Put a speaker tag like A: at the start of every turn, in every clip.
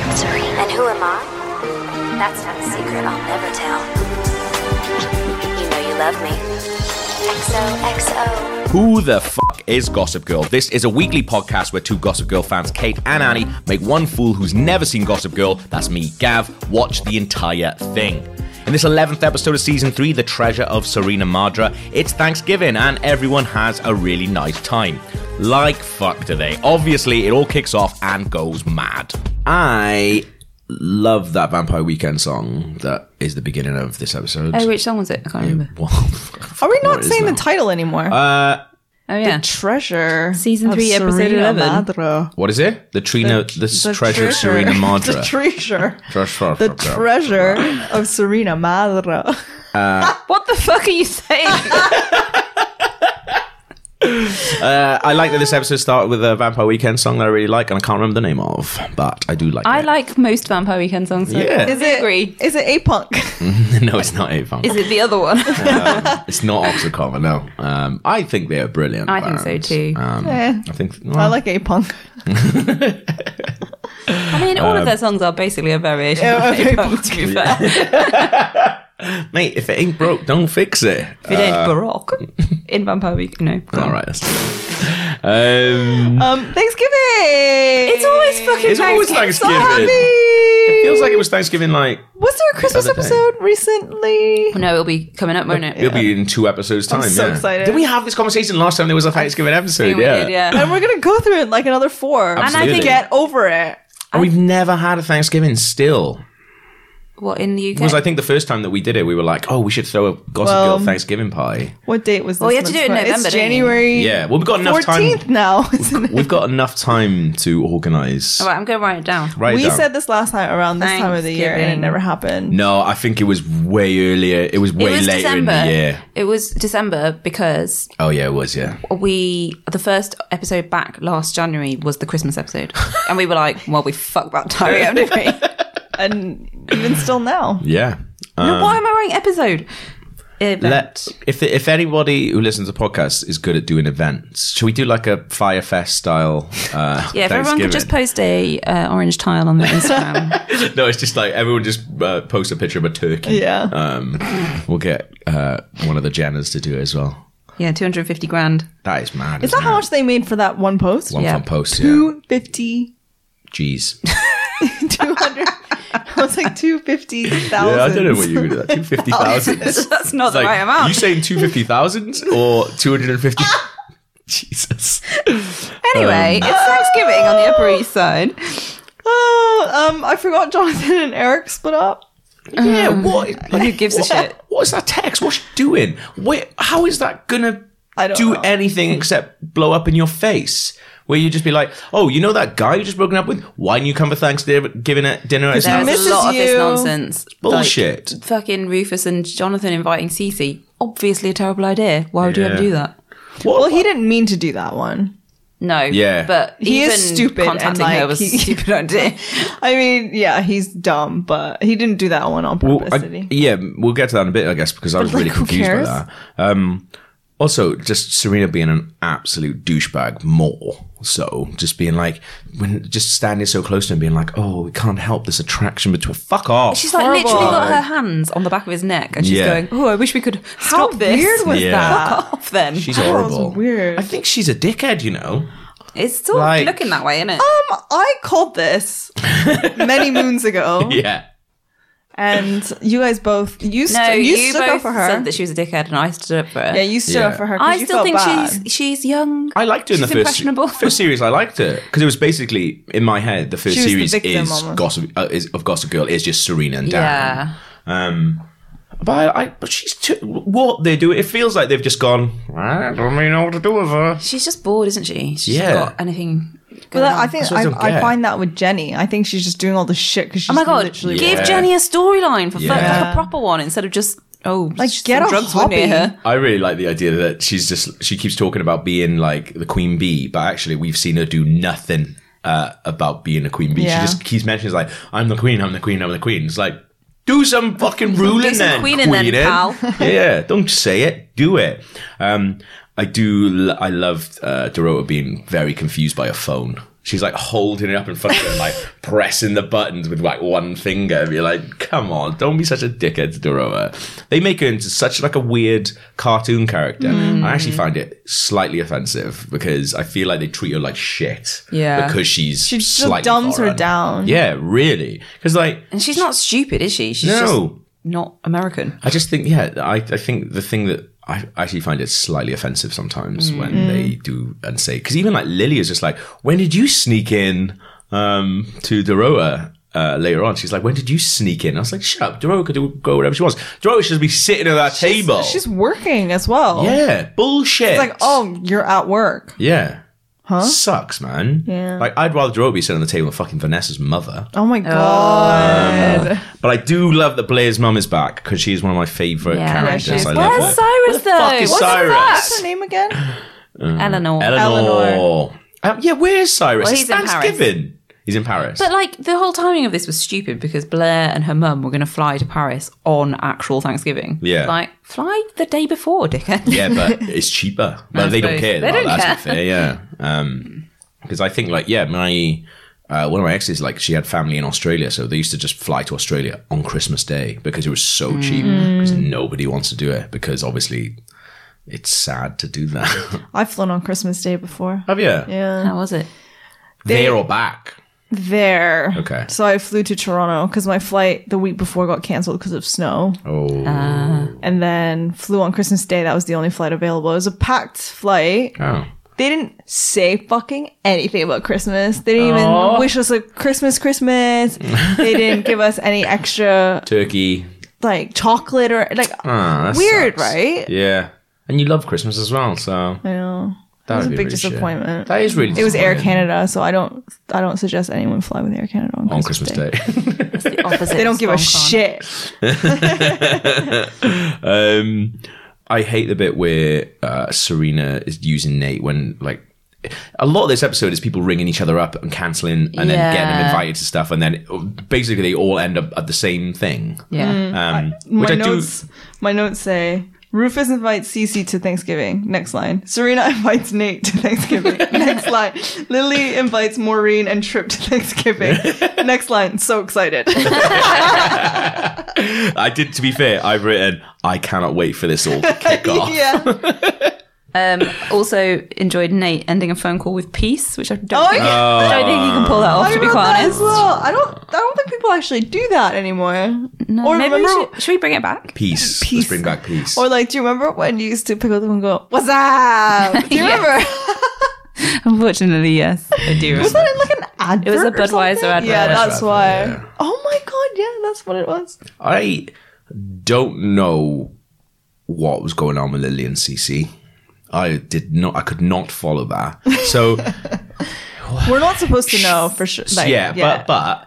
A: And who am I? That's not a secret I'll never tell. You know you love me. XOXO.
B: Who the fuck is Gossip Girl? This is a weekly podcast where two Gossip Girl fans, Kate and Annie, make one fool who's never seen Gossip Girl, that's me, Gav, watch the entire thing. In this 11th episode of season 3, The Treasure of Serena Madra, it's Thanksgiving and everyone has a really nice time. Like fuck do they. Obviously, it all kicks off and goes mad.
C: I love that Vampire Weekend song that is the beginning of this episode.
D: Oh, which song was it? I can't remember.
E: Are we
C: What
E: not
C: is
E: saying the
C: now?
E: title anymore?
C: uh,
D: Oh yeah.
E: Treasure.
D: Season
E: of
D: three, episode
E: Serena
D: 11.
E: Madro.
C: what is it? The Trina, the,
E: The
C: treasure, of Serena Madra.
E: the treasure.
C: Treasure.
E: The treasure of Serena Madra.
D: What the fuck are you saying?
C: Uh, I like that this episode started with a Vampire Weekend song that I really like, and I can't remember the name of, but I do like.
D: I
C: it.
D: like most Vampire Weekend songs. So
C: Yeah.
D: Is it? Agree.
E: Is it a punk?
C: Mm. no, it's not a funk.
D: Is it the other one?
C: It's not Oxycoma, no. Um, I think they are brilliant.
D: I think so
C: bands.
D: too.
C: Um,
E: Yeah.
C: I think
E: Eh, I
C: well,
E: like a punk.
D: I mean,
C: Um,
D: all of their songs are basically a variation
E: Yeah,
D: of
E: okay,
D: K-pop, to be fair. If
C: mate. If it ain't broke, don't fix it.
D: it ain't Baroque in Vampire Weekend, no.
C: Uh, All right. That's um,
E: Um, Thanksgiving.
D: It's always fucking
C: it's always Thanksgiving.
E: Happy.
C: Feels like it was Thanksgiving. Like
E: Was there a Christmas
C: other day.
E: episode recently?
D: No, it'll be coming up, won't it?
C: it'll be in two episodes' time.
E: so
C: yeah.
E: excited.
C: Did we have this conversation last time? There was a Thanksgiving
D: I
C: episode.
D: think we
C: Yeah.
D: did, yeah.
E: And we're gonna go through it like another four.
D: And I
C: Absolutely.
D: think
E: Get over it.
C: And we've never had a Thanksgiving still.
D: what in the UK?
C: Because I think the first time that we did it, we were like, "Oh, we should throw a Gossip
E: Well,
C: Girl Thanksgiving party."
E: What date was this?
D: Well, you have to do
E: month's
D: it in
E: one?
D: November, don't
E: It's
D: you?
E: January.
C: Yeah, well, we've got enough
E: Fourteenth
C: time.
E: now. isn't it?
C: We've got enough time to organise.
D: All right, I'm going to write it down.
C: Write it
E: we
C: down.
E: said this last time around this time of the year, and it
D: Thanksgiving.
E: never happened.
C: No, I think it was way earlier. It was way
D: it was
C: later
D: December.
C: in the year.
D: It was December because
C: Oh yeah, it was yeah.
D: we the first episode back last January was the Christmas episode, and we were like, "Well, we fucked that time."
E: We haven't agreed. and even still now.
C: Yeah.
D: No, Why am I writing episode? uh, Event.
C: Um, Let if if anybody who listens to podcasts is good at doing events, should we do like a Firefest style? Uh,
D: yeah, if everyone could just
C: Thanksgiving?
D: post a uh, orange tile on their Instagram.
C: no, it's just like everyone just uh, post a picture of a turkey.
E: Yeah.
C: Um, we'll get uh, one of the Jenners to do it as well.
D: yeah, two hundred fifty grand.
C: That is mad.
E: Is that how much they made for that one post?
C: uh-huh. One
D: Yeah.
C: fun post. Yeah.
E: 250,
C: Jeez.
E: 200. I was like 250,000.
C: Yeah, I don't know what you would do. That two fifty thousand.
D: That's not the right
C: You
D: amount.
C: saying two fifty thousand or two hundred and fifty? Jesus.
D: anyway, it's Thanksgiving on the Upper East Side.
E: Oh, um, I forgot Jonathan and Eric split up.
C: Yeah, what?
D: Well, who gives a shit?
C: What's that text? What's she doing? Wait, how is that gonna
E: I don't
C: do
E: know.
C: anything except blow up in your face? Where you just be like, oh, you know that guy you just broken up with? Why didn't you come for Thanksgiving at dinner? It's
D: There's
C: not
E: misses
D: a lot of
E: you.
D: this nonsense.
C: bullshit.
D: Like, fucking Rufus and Jonathan inviting Cece. Obviously, a terrible idea. Why would you
C: Yeah.
D: ever do that?
C: what?
E: Well, he didn't mean to do that one.
D: No.
C: Yeah.
D: But
E: He
D: even
E: is stupid and,
D: Contacting her
E: like,
D: was
E: he-
D: a stupid idea.
E: I mean, yeah, he's dumb, but he didn't do that one on
C: Well,
E: purpose,
C: I-
E: did he?
C: yeah, we'll get to that in a bit, I guess, because I was
E: like,
C: really
E: who
C: confused by
E: cares?
C: that. Um, also, just Serena being an absolute douchebag more. So, just being like, when just standing so close to him, being like, oh, we can't help this attraction between. Fuck off.
D: She's like literally got her hands on the back of his neck, and she's
C: Yeah.
D: going, "Oh, I wish we could
E: How
D: stop this."
E: weird was
C: Yeah.
E: that?
D: Fuck off then.
C: She's
E: That was
C: horrible.
E: weird.
C: I think she's a dickhead, you know.
D: it's still
C: Like-
D: looking that way, isn't it?
E: Um, I called this many moons ago,
C: Yeah.
E: and you guys both you st-
D: no,
E: you,
D: you,
E: stood
D: both
E: up for her.
D: said that she was a dickhead, and I stood up for her.
E: yeah, you stood
C: Yeah.
E: up for her. 'cause
D: I
E: you
D: still
E: felt
D: think
E: bad.
D: she's she's young.
C: I liked her in
D: She's
C: the first
D: impressionable.
C: first series. I liked her because it was basically in my head. The first
E: She was the
C: series
E: victim
C: is
E: almost.
C: gossip uh, is of Gossip Girl is just Serena and Dan.
D: yeah.
C: Um, but I, I but she's too, what they do. It feels like they've just gone. I don't really know what to do with her.
D: She's just bored, isn't she? She's
C: Yeah.
D: not got anything.
E: But
D: going
E: I
D: on.
E: think
C: what I don't
E: I, I
C: get.
E: find that with Jenny. I think she's just doing all this shit because she's
D: Oh my god!
E: literally
D: Give
C: Yeah.
D: Jenny a storyline for fuck,
C: Yeah.
D: like a proper one instead of just oh
E: Like,
D: just
E: get
D: some
E: a
D: drugs were near
E: hobby.
D: her.
C: I really like the idea that she's just she keeps talking about being like the queen bee, but actually we've seen her do nothing uh, about being a queen bee.
E: Yeah.
C: She just keeps mentioning like I'm the queen, I'm the queen, I'm the queen. It's like do some fucking ruling
D: some
C: then,
D: queening then,
C: queening.
D: pal.
C: yeah, don't just say it, do it. Um, I do. l- I loved uh, Dorota being very confused by a phone. She's like holding it up in front of her, and, like pressing the buttons with like one finger. And you're like, come on, don't be such a dickhead to Doroma. They make her into such like a weird cartoon character.
E: Mm.
C: I actually find it slightly offensive because I feel like they treat her like shit.
D: Yeah.
C: Because she's
E: She just
C: slightly
E: dumbs her
C: foreign.
E: down.
C: Yeah, really. Because like
D: And she's not stupid, is she? She's just
C: No.
D: not American.
C: I just think, yeah, I, I think the thing that I actually find it slightly offensive sometimes when they do and say, because even like Lily is just like, when did you sneak in um, to Doroa? Uh, later on, she's like, "When did you sneak in?" I was like, "Shut up, Doroa could do go whatever she wants. Doroa should be sitting at that table."
E: She's working as well.
C: yeah, bullshit.
E: It's like, oh, you're at work.
C: yeah, huh? Sucks, man.
E: Yeah.
C: like I'd rather Doroa be sitting on the table than fucking Vanessa's mother.
E: Oh my god.
C: But I do love that Blair's mum is back because she's one of my favorite
D: Yeah,
C: characters.
D: she is.
C: I love
D: Where's
C: her.
D: Cyrus though?
C: fuck is
D: What's
C: Cyrus?
D: that?
E: What's her name again?
D: Eleanor.
C: Oh, Eleanor.
E: Eleanor.
C: Um, yeah, where is Cyrus?
D: Well,
C: It's
D: he's in Paris.
C: Thanksgiving. He's in Paris.
D: But like the whole timing of this was stupid because Blair and her mum were going to fly to Paris on actual Thanksgiving.
C: Yeah.
D: like fly the day before, dickhead.
C: yeah, but it's cheaper. But they don't
D: suppose.
C: care.
D: They
C: about
D: don't
C: that,
D: care.
C: That's not fair. Yeah. Um, because I think like yeah, my uh, one of my exes like she had family in Australia, so they used to just fly to Australia on Christmas Day because it was so cheap. Because
D: Mm.
C: nobody wants to do it because obviously it's sad to do that.
E: I've flown on Christmas Day before.
C: Have you?
E: Yeah.
D: How was it?
C: There or back?
E: There.
C: Okay.
E: So I flew to Toronto because my flight the week before got cancelled because of snow.
C: Oh,
D: Ah.
E: And then flew on Christmas Day. That was the only flight available. It was a packed flight.
C: oh.
E: They didn't say fucking anything about Christmas. They didn't
C: Oh.
E: even wish us a Christmas Christmas. they didn't give us any extra
C: Turkey.
E: like chocolate or like
C: Ah, that
E: weird,
C: sucks.
E: right?
C: Yeah, and you love Christmas as well, so
E: I know.
C: That
E: That was a
C: would be
E: big
C: really shit.
E: disappointment.
C: that is really.
E: It was Air
C: disappointing.
E: Canada, so I don't I don't suggest anyone fly with Air Canada on,
C: on Christmas Day.
D: The opposite.
E: They don't give a
D: Hong Kong.
E: shit.
C: um, I hate the bit where uh, Serena is using Nate when like. A lot of this episode is people ringing each other up and canceling, and then getting them
D: Yeah.
C: invited to stuff, and then basically they all end up at the same thing.
D: Yeah.
C: Um,
E: My
C: which I do.
E: notes my notes say Rufus invites Cece to Thanksgiving. Next line. Serena invites Nate to Thanksgiving. Next line. Lily invites Maureen and Trip to Thanksgiving. Next line. So excited.
C: I did. To be fair, I've written. I cannot wait for this all to kick off.
E: yeah.
D: Uh,
E: Mm.
D: Also enjoyed Nate ending a phone call with peace, which I don't,
E: Oh,
D: think,
E: yeah.
C: Uh,
D: I don't think he can pull that off.
E: I
D: to be
E: wrote
D: quite
E: that
D: honest.
E: as well. I don't. I don't think people actually do that anymore. No, or
D: Maybe we
E: remember,
D: should, should we bring it back?
C: Peace.
E: Peace.
C: Let's bring back peace.
E: or like, do you remember when you used to pick up the phone and go, "What's up?" Do you
D: Yeah.
E: remember?
D: Unfortunately, yes, I do.
E: was that in like an advert?
D: was a
E: or
D: Budweiser
E: something?
D: advert.
E: Yeah, that's
C: Budweiser,
E: why.
C: yeah.
E: Oh my god! Yeah, that's what it was.
C: I don't know what was going on with Lily and CC. I did not. I could not follow that. So
E: We're not supposed to know for sure. Like,
C: yeah, but but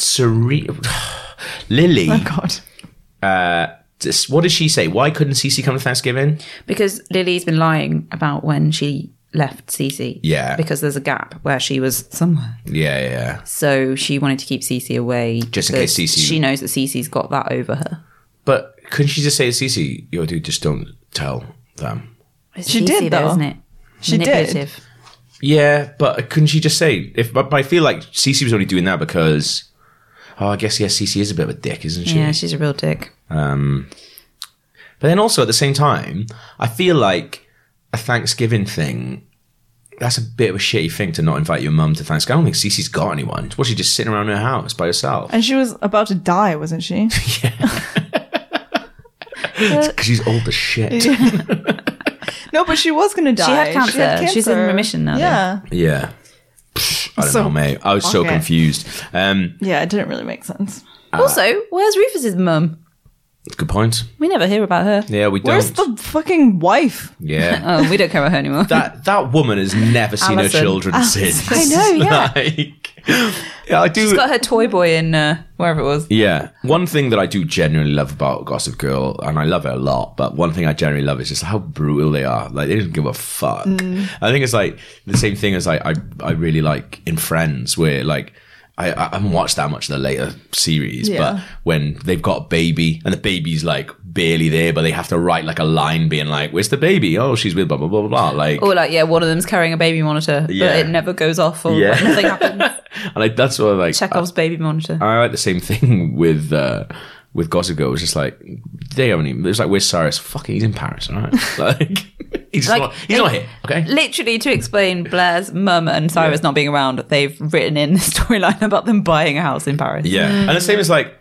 C: Serena, Lily,
E: oh god,
C: just- what did she say? Why couldn't CC come to Thanksgiving?
D: because Lily's been lying about when she left Cece.
C: Yeah.
D: Because there's a gap where she was somewhere.
C: Yeah, yeah, yeah.
D: So she wanted to keep Cece away.
C: Just in
D: so
C: case Cece-
D: She knows that Cece's got that over her.
C: But couldn't she just say to CC, "Yo, dude, just don't tell them."
D: It's
E: She
D: Cece,
E: did, though.
D: isn't it?
E: She did.
D: Manipulative.
C: Yeah, but couldn't she just say? If but I feel like CC was only doing that because, oh, I guess yes, CC is a bit of a dick, isn't she?
D: Yeah, she's a real dick.
C: But then also at the same time, I feel like a Thanksgiving thing. That's a bit of a shitty thing to not invite your mum to Thanksgiving. I don't think Cece's got anyone. Was she just sitting around her house by herself?
E: and she was about to die, wasn't she?
C: Because she's old as shit. Yeah.
E: no, but she was gonna die.
D: cancer. She's in remission now, though.
E: Yeah,
C: Pfft, I don't
E: So-
C: know, mate. I was so
E: Fuck it.
C: confused. Um,
E: yeah. It didn't really make sense.
C: Uh,
D: also, where's Rufus's mum?
C: good point.
D: We never hear about her.
C: Yeah, we don't.
E: Where's the fucking wife?
C: yeah.
D: Oh, we don't care about her anymore.
C: that that woman has never seen
D: Alison.
C: her children since.
D: I know, yeah.
C: Like, yeah, I do.
D: She's got her toy boy in uh, wherever it was.
C: Yeah. One thing that I do genuinely love about Gossip Girl, and I love it a lot, but one thing I genuinely love is just how brutal they are. Like, they don't give a fuck. I think it's like the same thing as like, I, I really like in Friends, where like, I, I haven't watched that much of the later series, but
E: Yeah.
C: when they've got a baby and the baby's like barely there, but they have to write like a line being like, "Where's the baby? Oh, she's with blah blah blah blah blah." Like,
D: Or like, yeah, one of them's carrying a baby monitor,
C: Yeah.
D: but it never goes off or
C: Yeah.
D: nothing happens.
C: and I, that's what like
D: Chekhov's baby monitor.
C: I like the same thing with uh, with Gossip Girl. It was just like they haven't even. It was like where's Cyrus? Fucking, he's in Paris, all right? Like he's just
D: Like,
C: not, he's not here. Okay.
D: Literally, to explain Blair's mum and Cyrus not being around, they've written in the storyline about them buying a house in Paris.
C: Yeah, and the same as like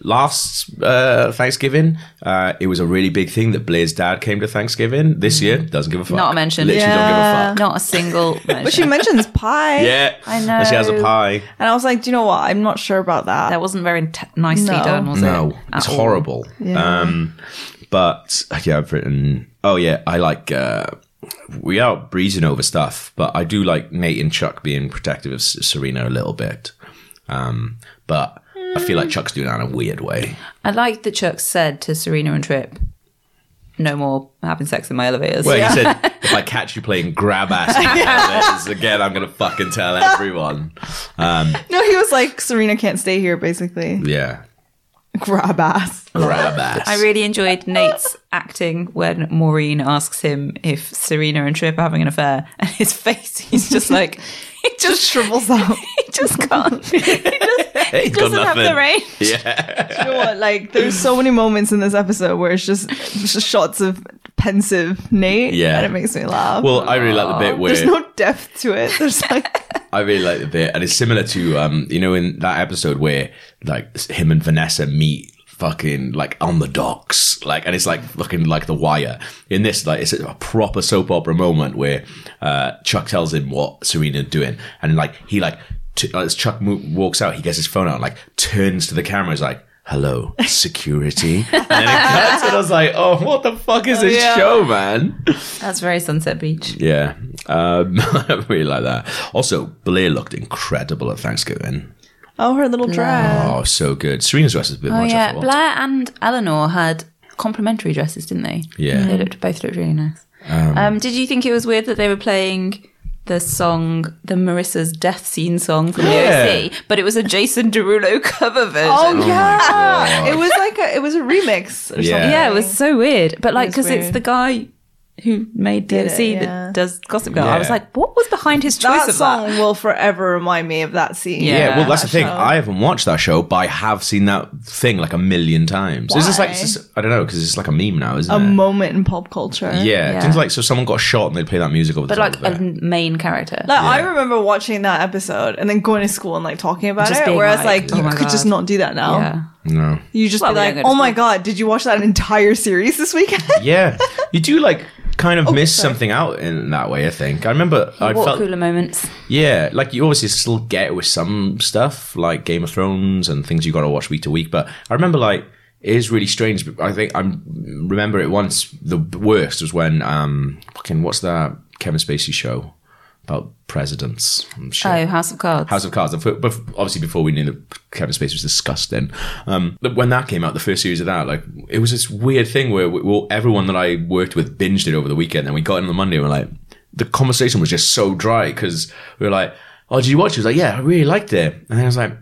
C: last uh, Thanksgiving, uh, it was a really big thing that Blair's dad came to Thanksgiving. This year, doesn't give a fuck.
D: Not mentioned.
C: Literally,
E: Yeah.
C: don't give a fuck.
D: Not a single
E: But she
D: mention.
E: mentions pie.
C: Yeah,
E: I know.
C: And she has a pie.
E: And I was like, do you know what? I'm not sure about that.
D: that wasn't very t- nicely
E: No.
D: done, was it?
C: No,
D: At
C: it's
D: all.
C: horrible. Um, but yeah, I've written. Oh yeah, I like. Uh, we are breezing over stuff, but I do like Nate and Chuck being protective of S- Serena a little bit. Um, but I feel like Chuck's doing that in a weird way.
D: I like that Chuck said to Serena and Trip, "No more having sex in my elevators."
C: Well, he said, "If I catch you playing grab ass in the elevators again, I'm gonna fucking tell everyone."
E: no, he was like, Serena can't stay here, basically.
C: Yeah,
E: Grab ass.
C: grab ass.
D: I really enjoyed Nate's acting when Maureen asks him if Serena and Trip are having an affair, and his face, he's just like, he just
E: Shrivels up.
D: He just can't. He, just, he
C: He's got
D: doesn't have the
C: nothing.
D: range.
E: you know what? Like, there's so many moments in this episode where it's just, just shots of pensive Nate.
C: Yeah.
E: And it makes me laugh.
C: well, I really like the bit where
E: there's no depth to it. There's like,
C: I really like the bit, and it's similar to um, you know, in that episode where like him and Vanessa meet fucking like on the docks, like, and it's like fucking like the wire. In this, like, it's a proper soap opera moment where uh, Chuck tells him what Serena's doing, and like he like t- as Chuck mo- walks out, he gets his phone out, and, like turns to the camera, is like. Hello, security. and then it cuts, and I was like, "Oh, what the fuck is this
E: yeah.
C: show, man?"
D: That's very Sunset Beach.
C: Yeah, um, I really like that. Also, Blair looked incredible at Thanksgiving.
E: oh, her little dress.
C: Oh, so good. Serena's dress is a bit
D: Oh
C: much. I
D: yeah,
C: thought.
D: Blair and Eleanor had complimentary dresses, didn't they?
C: Yeah.
D: they looked both looked really nice. Um, did you think it was weird that they were playing the song, the Marissa's death scene song from the
C: Yeah.
D: OC, but it was a Jason Derulo cover version?
E: Oh, yeah.
C: God.
E: It was like a, it was a remix or
C: Yeah.
E: something.
D: yeah, it was so weird. But like,
E: was
D: because it's
E: weird.
D: the guy who made the
E: Did
D: OC
E: it, yeah.
D: that does Gossip Girl. I was
C: Yeah.
D: like, what was behind his choice
E: That
D: of
E: song
D: that?
E: will forever remind me of that scene.
D: Yeah.
C: yeah, well, that's the
E: that
C: thing.
E: show.
C: I haven't watched that show, but I have seen that thing like a million times. It's just like it's just, I don't know because it's like a meme now, isn't
E: A
C: it?
E: moment in pop culture.
C: yeah,
D: Yeah.
C: yeah. like so someone got shot and they play that music over the
D: But
C: top
D: like
C: of
D: a
C: it.
D: main character.
E: Like I remember watching that episode and then going to school and like talking about
D: Just
E: it.
D: being
E: Whereas
D: like,
E: like,
D: "Oh
E: you
D: my
E: could just
D: God."
E: not do that now.
D: yeah.
C: no,
E: You just
D: Well,
E: be
D: we
E: like,
D: don't go to
E: oh my
D: school."
E: god, did you watch that entire series this weekend?
C: yeah, you do like kind of miss something out in that way. I think I remember I
D: Oh, What
C: felt
D: cooler moments?
C: Yeah, like you obviously still get it with some stuff like Game of Thrones and things you got to watch week to week. But I remember like it is really strange. but I think I remember it once. The worst was when um fucking what's that Kevin Spacey show about presidents? and shit.
D: Oh, House of Cards.
C: House of Cards. I've heard- bef- Obviously, before we knew that Kevin Spacey was disgusting. Um, but when that came out, the first series of that, like it was this weird thing where we, well, everyone that I worked with binged it over the weekend, and we got in on the Monday, and we're like, the conversation was just so dry because we were like, "Oh, did you watch?" it? He was like, "Yeah, I really liked it," and I was like.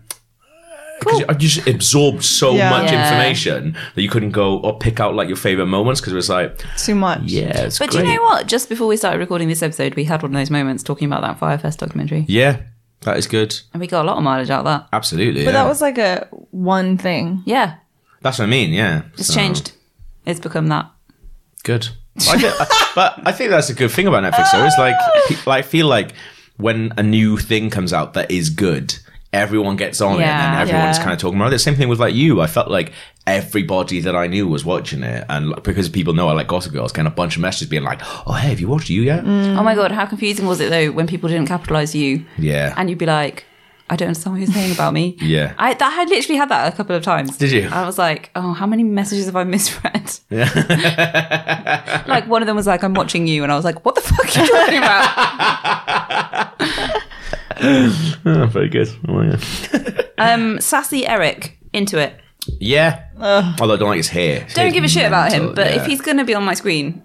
C: Because you I just absorbed so
E: Yeah.
C: much
D: Yeah.
C: information that you couldn't go or pick out like your favorite moments because it was like,
E: Too much.
C: yeah, it's
D: But
C: great.
D: do you know what? Just before we started recording this episode, we had one of those moments talking about that Firefest documentary,
C: Yeah, that is good.
D: and we got a lot of mileage out of that.
C: Absolutely.
E: But that was like a one thing.
D: Yeah,
C: that's what I mean. Yeah,
D: it's
C: So-
D: changed.
C: Oh.
D: It's become that.
C: good. I get- I- but I think that's a good thing about Netflix. Though it's like pe- I feel like when a new thing comes out that is good, everyone gets on it
D: Yeah.
C: and everyone's
E: Yeah.
C: kind of talking about it. Same thing with like you. I felt like everybody that I knew was watching it, and like, because people know I like Gossip Girls, kind of a bunch of messages being like, "Oh, hey, have you watched you yet?"
D: Oh my god, how confusing was it though when people didn't capitalize you?
C: Yeah.
D: and you'd be like, I don't understand what you're saying about me.
C: Yeah.
D: I that I literally had that a couple of times.
C: Did you?
D: I was like, oh, how many messages have I misread? Yeah. like one of them was like, I'm watching you, and I was like, what the fuck are you talking about?
C: Oh, very good. Oh, yeah.
D: um, sassy Eric into it.
C: Yeah. Although I don't like his hair. His
D: Don't
C: hair's
D: give a shit about him,
C: mental,
D: but if
C: yeah.
D: he's gonna be on my screen,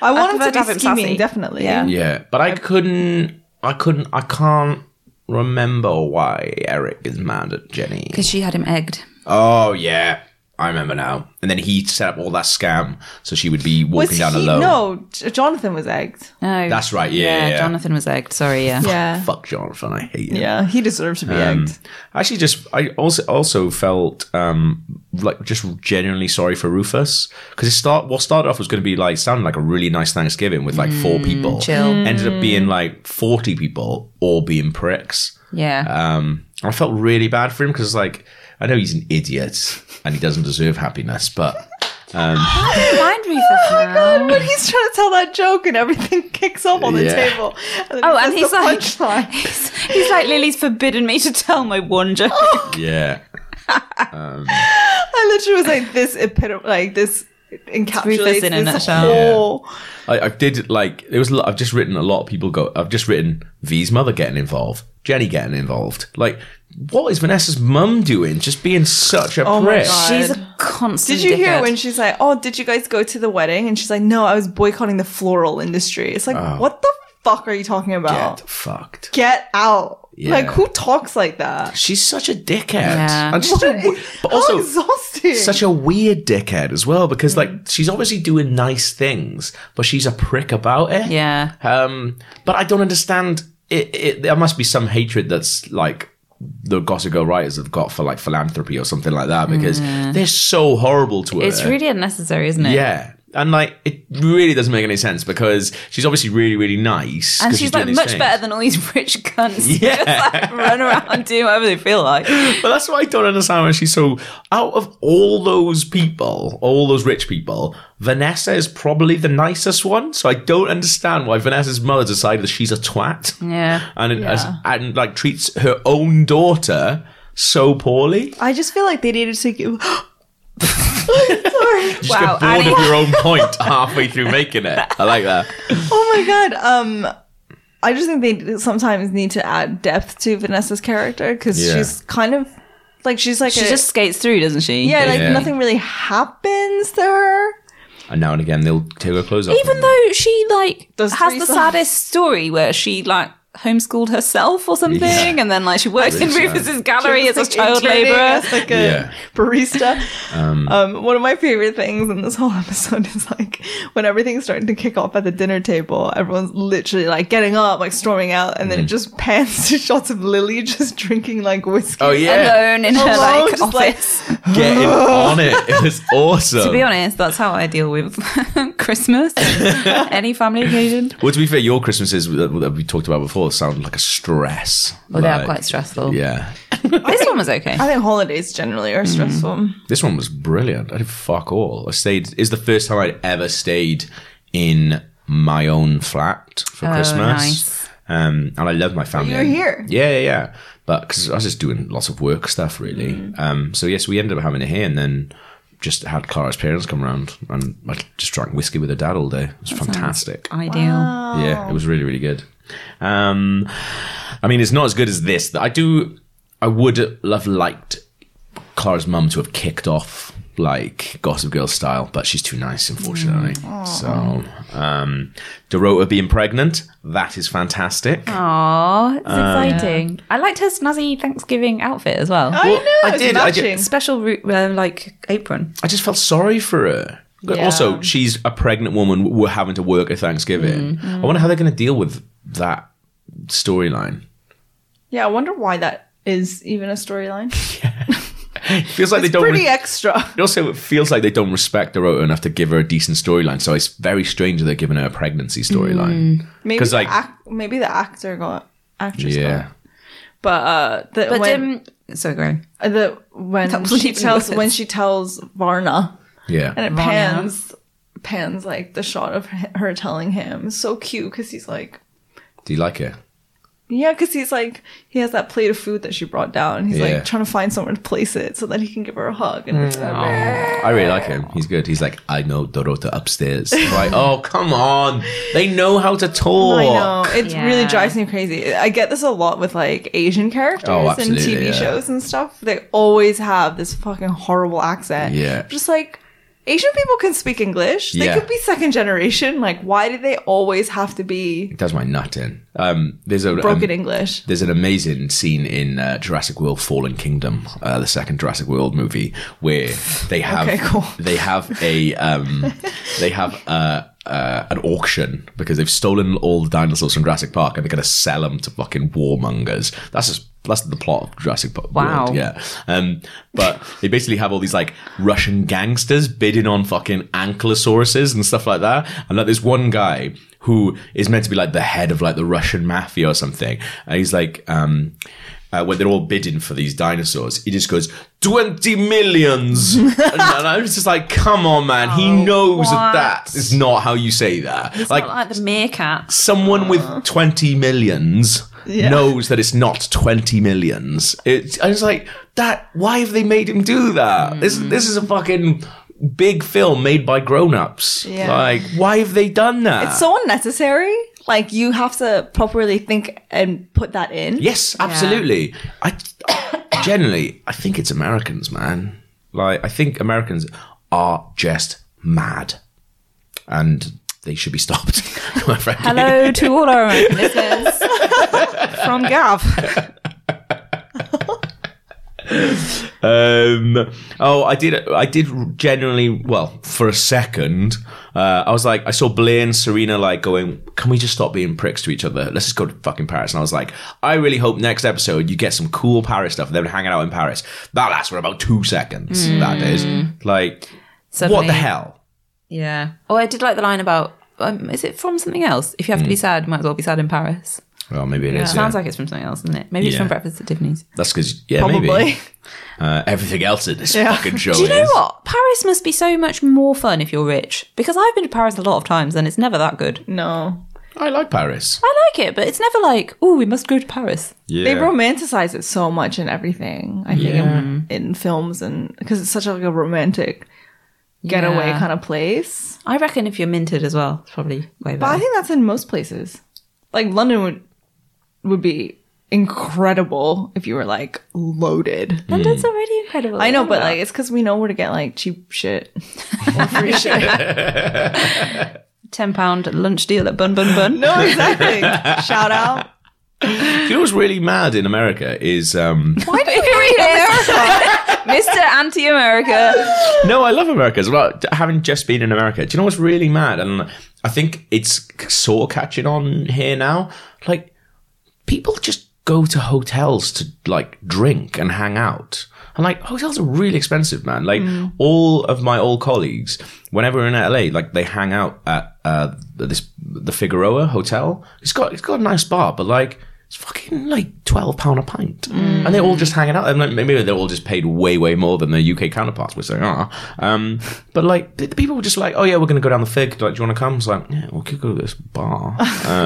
E: I want
D: prefer
E: him
D: to
E: to
D: have
E: be
D: him
E: scheming,
D: sassy.
E: definitely.
D: Yeah.
C: Yeah, but I couldn't. I couldn't. I can't remember why Eric is mad at Jenny.
D: Because she had him egged.
C: Oh yeah, I remember now. And then he set up all that scam so she would be walking
E: was
C: down
E: he,
C: alone.
E: No, J- Jonathan was egged.
D: No.
C: That's right, yeah, yeah, yeah.
D: Jonathan was egged. Sorry, yeah.
E: Yeah.
C: Fuck Jonathan, I hate him.
E: Yeah, he deserves to be
C: Um,
E: egged.
C: actually, just I also also felt um, like just genuinely sorry for Rufus because it start what started off was going to be like sounded like a really nice Thanksgiving with like four
E: Mm,
C: people, Mm.
D: chill.
C: ended up being like forty people all being pricks.
D: Yeah.
C: Um, I felt really bad for him because like I know he's an idiot and he doesn't deserve happiness, but Uh,
D: Mind
C: Oh
D: Rufus now.
E: But he's trying to tell that joke and everything kicks off on the
C: Yeah.
E: table. then
D: Oh,
E: he
D: and
E: says
D: he's
E: the
D: like,
E: punchline.
D: he's, he's like, Lily's forbidden me to tell my one joke.
C: yeah,
E: I literally was like, this epitome, like this encapsulates
D: Rufus in a
E: this
D: nutshell.
E: whole.
C: I, I did like it was. I've just written a lot of people go. I've just written V's mother getting involved, Jenny getting involved. Like, what is Vanessa's mum doing? Just being such a
E: Oh my
C: prick.
E: God.
D: She's a constant.
E: Did you hear
D: dickhead.
E: when she's like, "Oh, did you guys go to the wedding?" And she's like, "No, I was boycotting the floral industry." It's like, what the fuck are you talking about?
C: Oh. Get
E: Get,
C: fucked.
E: out!
C: Yeah.
E: Like, who talks like that?
C: She's such a dickhead.
D: Yeah.
C: And she's such a w- but
E: How
C: also
E: exhausting.
C: such a weird dickhead as well because like she's obviously doing nice things, but she's a prick about it.
D: Yeah.
C: Um, but I don't understand. It, it, there must be some hatred that's like the Gossip Girl writers have got for like philanthropy or something like that because they're so horrible to her.
D: Mm. It's really unnecessary, isn't it?
C: yeah. And like, it really doesn't make any sense because she's obviously really, really nice.
D: And
C: 'cause
D: she's, like
C: doing these
D: much
C: things.
D: better than all these rich cunts. who Just like run around and do whatever they feel like.
C: But that's why I don't understand why she's so. Out of all those people, all those rich people, Vanessa is probably the nicest one. So I don't understand why Vanessa's mother decided that she's a twat.
D: Yeah.
C: and it, as, and like treats her own daughter so poorly.
E: I just feel like they needed to give. Sorry.
C: You just
D: Wow,
C: get bored
D: Annie.
C: of your own point halfway through making it. I like that.
E: Oh my god. Um, I just think they sometimes need to add depth to Vanessa's character because
C: Yeah.
E: she's kind of like she's like
D: She
E: a-
D: just skates through, doesn't she?
E: yeah, like
C: Yeah.
E: nothing really happens to her.
C: And now and again, they'll take her clothes off.
D: Even though she like
E: Does
D: has the
E: threesomes.
D: saddest story where she like homeschooled herself or something,
C: Yeah.
D: and then like she worked in
C: Really sad.
D: Rufus's gallery as
E: Just,
D: a
E: like,
D: child
E: interning
D: labourer.
E: as, like a
C: Yeah.
E: barista. Um, one of my favorite things in this whole episode is like when everything's starting to kick off at the dinner table, everyone's literally like getting up, like storming out, and then it
C: Mm-hmm.
E: just pans to shots of Lily just drinking like whiskey.
C: oh yeah,
D: Alone in her
E: Alone,
D: like
E: just, like-
D: office.
C: getting on it. It was awesome.
D: to be honest, that's how I deal with Christmas, and any family occasion.
C: Well, to be fair, your Christmases that that we talked about before sound like a stress.
D: Well, they are
C: Like,
D: quite stressful.
C: Yeah, Mm-hmm.
D: This one was okay.
E: I think holidays generally are stressful.
C: this one was brilliant. I did fuck all. I stayed. It's the first time I'd ever stayed in my own flat for
D: Oh,
C: Christmas.
D: nice.
C: Um, and I love my family.
E: you were here.
C: Yeah, yeah, yeah. But because I was just doing lots of work stuff, really.
E: Mm.
C: Um, so yes, we ended up having it here, and then just had Clara's parents come around, and I just drank whiskey with her dad all day. It was fantastic.
D: Ideal.
C: Yeah, it was really, really good. Um, I mean, it's not as good as this. I do. I would have liked Clara's mum to have kicked off like Gossip Girl style, but she's too nice, unfortunately.
E: Mm.
C: So, um, Dorota being pregnant, that is fantastic.
D: Aw, it's exciting. I liked her snazzy Thanksgiving outfit as well.
E: I know.
C: I
E: it's
C: did- I did-
E: matching.
D: Special ru- uh, like apron.
C: I just felt sorry for her. But
E: Yeah.
C: Also, she's a pregnant woman. w- We're having to work at Thanksgiving.
E: Mm-hmm.
C: I wonder how they're going to deal with that storyline.
E: yeah, I wonder why that is even a storyline.
C: Feels like they don't.
E: Pretty
C: re-
E: extra.
C: It also feels like they don't respect Dorota enough to give her a decent storyline. So it's very strange that they're giving her a pregnancy storyline.
E: Maybe
C: 'Cause,
E: the
C: like-
E: ac- maybe the actor got actress got
C: Yeah.
E: it. but uh the,
D: But
E: when,
D: um, sorry, go on.
E: uh, the when
D: was
E: she
D: even
E: tells
D: worse.
E: when she tells Varna
C: Yeah.
E: and it
D: Varna.
E: pans pans like the shot of h- her telling him so cute because he's like
C: Do you like her?
E: yeah because he's like he has that plate of food that she brought down and he's
C: Yeah.
E: like trying to find somewhere to place it so that he can give her a hug
D: Hmm.
E: and it's
C: Oh,
E: like,
C: I really like him. He's good. He's like, I know Dorota upstairs. like, oh, come on. They know how to talk.
E: I know it really
D: Yeah.
E: drives me crazy. I get this a lot with like Asian characters
C: Oh,
E: and
C: absolutely,
E: TV
C: yeah.
E: shows and stuff. They always have this fucking horrible accent.
C: Yeah.
E: just like Asian people can speak English. They
C: Yeah.
E: could be second generation. Like, why do they always have to be
C: Does my nut in? Um, there's a
E: broken
C: um,
E: English?
C: There's an amazing scene in uh, Jurassic World: Fallen Kingdom, uh, the second Jurassic World movie, where they have
E: Okay, cool.
C: they have a um, they have uh uh, an auction because they've stolen all the dinosaurs from Jurassic Park and they're going to sell them to fucking warmongers. That's just, that's the plot of Jurassic Park.
D: Wow.
C: yeah. Um, but they basically have all these like Russian gangsters bidding on fucking ankylosauruses and stuff like that. And like this one guy who is meant to be like the head of like the Russian mafia or something. And he's like, um, uh, when they're all bidding for these dinosaurs, he just goes, 20 millions. and, and I was just like, come on, man. he knows that
D: what?
C: that is not how you say that.
D: It's not like the meerkats.
C: someone with 20 millions knows that it's not 20 millions. It's, I was like, that, why have they made him do that? This,
D: Hmm.
C: this is a fucking big film made by grown ups.
E: Yeah.
C: Like, why have they done that?
E: It's so unnecessary. Like, you have to properly think and put that in.
C: yes, absolutely. I, generally, I think it's Americans, man. Like, I think Americans are just mad. And they should be stopped, quite frankly.
D: Hello to all our American listeners from Gav.
C: Um, oh, I did. I did genuinely. Well, for a second, uh, I was like, I saw Blair and Serena like going, "Can we just stop being pricks to each other? Let's just go to fucking Paris." And I was like, I really hope next episode you get some cool Paris stuff. and They're hanging out in Paris. That lasts for about two seconds. That is like, what
D: Hmm. Suddenly-
C: the hell?
D: Yeah. Oh, I did like the line about. Um, is it from something else? If you have to be sad, might as well be sad in Paris.
C: Well, maybe it is. yeah.
D: Sounds like it's from something else, doesn't it? Maybe it's
C: Yeah.
D: from Breakfast at Tiffany's.
C: That's because yeah,
E: Probably.
C: maybe uh, everything else in this fucking show
D: Do you know
C: is.
D: what? Paris must be so much more fun if you're rich. Because I've been to Paris a lot of times and it's never that good.
E: No.
C: I like Paris.
D: I like it, but it's never like, oh, we must go to Paris.
C: Yeah.
E: They romanticize it so much in everything. I think in, in films and because it's such like a romantic getaway
D: Yeah.
E: kind of place.
D: I reckon if you're minted as well, it's probably way
E: But I
D: better.
E: think that's in most places. Like London would would be incredible if you were like loaded.
D: London's
C: Hmm.
D: already incredible.
E: I know, but like it's because we know where to get like cheap shit, or free shit.
D: ten pound lunch deal at Bun Bun Bun.
E: No, exactly. Shout out.
C: you know what's really mad in America is um,
D: Why do we America? Mr. Anti America.
C: No, I love America as well. Having just been in America, do you know what's really mad? And I think it's sort of catching on here now. Like, people just go to hotels to like drink and hang out. And like hotels are really expensive, man. Like all of my old colleagues, whenever we're in LA, like they hang out at uh, this the Figueroa Hotel. It's got it's got a nice bar, but like it's fucking like twelve pound a pint, and they're all just hanging out. And like, maybe they're all just paid way way more than their UK counterparts, which they are. Um, but like the the people were just like, oh yeah, we're gonna go down the Fig. Like, do you want to come? It's like, yeah, we could go to this bar.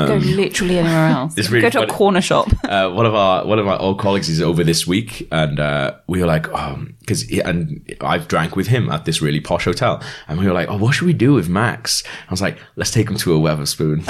D: Go literally anywhere else.
C: Um, It's really
D: Go to
C: funny.
D: a corner shop.
C: uh, one of our one of our old colleagues is over this week, and uh, we were like, because and I've drank with him at this really posh hotel, and we were like, oh, what should we do with Max? I was like, let's take him to a Weatherspoons.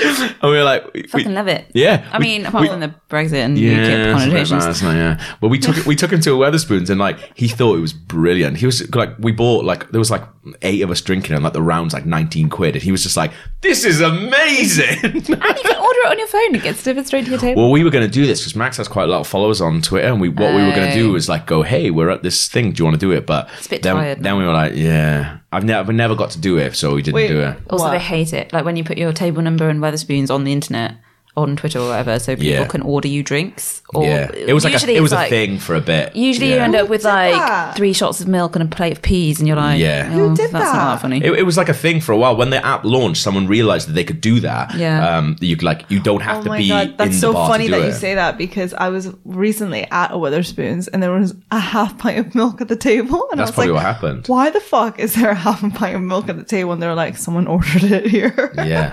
C: and we were like, we-
D: Fucking love it.
C: yeah,
D: I
C: we-
D: mean, apart
C: we-
D: from the Brexit and
C: yeah,
D: UKIP
C: it's a bit
D: connotations.
C: embarrassing, yeah. But we took we took him to a Weatherspoons and like he thought it was brilliant. He was like we bought like there was like eight of us drinking and like the rounds like nineteen quid and he was just like this is amazing.
D: And you can order it on your phone. It gets delivered straight to your table.
C: Well, we were going to do this because Max has quite a lot of followers on Twitter, and we what we were going to do
D: Aye.
C: was like go, "Hey, we're at this thing. Do you want to do it?" But
D: Oh. a bit
C: then,
D: tired
C: then we were like, "Yeah, I've never never got to do it, so we didn't
E: Wait.
C: do it."
D: also,
E: What?
D: they hate it. Like when you put your table number and Weatherspoons on the internet, on Twitter or whatever, so people
C: Yeah.
D: can order you drinks. Or
C: yeah, it was like a,
D: usually
C: it was
D: it's
C: a thing for a bit.
D: Usually
C: yeah.
D: you end up with like
E: that?
D: three shots of milk and a plate of peas, and you're like,
C: Yeah.
D: oh,
E: Who did
D: that's
E: that?
D: not that funny.
C: It, it was like a thing for a while. When the app launched, someone realized that they could do that.
D: Yeah.
C: um, you could like you don't have
E: Oh
C: to
E: my
C: be
E: god,
C: in
E: that's
C: the
E: so
C: bar
E: funny
C: to do
E: that
C: it.
E: you say that because I was recently at a Witherspoons and there was a half pint of milk at the table, and
C: That's
E: I was
C: probably
E: like,
C: what happened.
E: "Why the fuck is there a half a pint of milk at the table?" And they're like, "Someone ordered it here."
C: Yeah.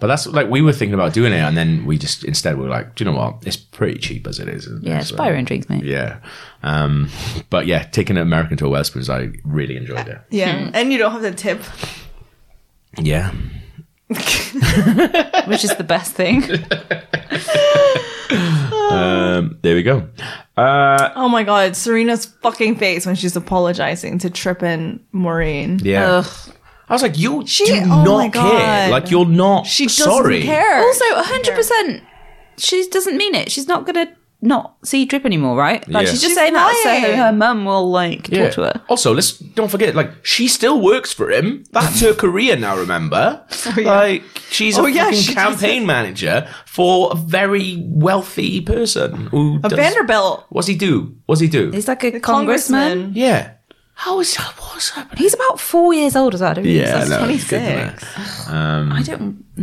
C: But that's like we were thinking about doing it, and then we just instead we were like, do you know what? It's pretty cheap as it is. isn't it?"
D: yeah,
C: So-
D: just buy your own drinks, mate.
C: uh, Yeah. Um, but yeah, taking an American to a Weatherspoons, I really enjoyed it.
E: Yeah, and you don't have to tip.
C: Yeah.
D: Which is the best thing.
C: Um, there we go.
E: Oh my god, Serena's fucking face when she's apologizing to Trip and Maureen.
F: Yeah.
D: Ugh.
C: I was like, you
E: She-
C: do
E: oh my
C: not care.
E: God.
C: Like, you're not
E: She doesn't
C: sorry.
E: care.
D: Also, 100%, she doesn't mean it. She's not going to not see Drip anymore, right? Like,
F: Yeah.
D: she's just
E: She's
D: saying that so
E: lying.
D: her mum will, like,
C: Yeah.
D: talk to her.
C: Also, let's don't forget, like she still works for him. That's her career now. Remember,
E: Oh, yeah.
C: like she's
E: Oh,
C: a
E: yeah,
C: fucking
E: she does
C: campaign manager for a very wealthy person who
E: A Vanderbilt.
C: What's he do? What's he do?
D: He's like a congressman.
E: congressman.
C: yeah. How is what's happening?
D: He's about four years old as well. I don't think he's-
E: That's
C: no, it's good Um, to know.
E: 26.
D: I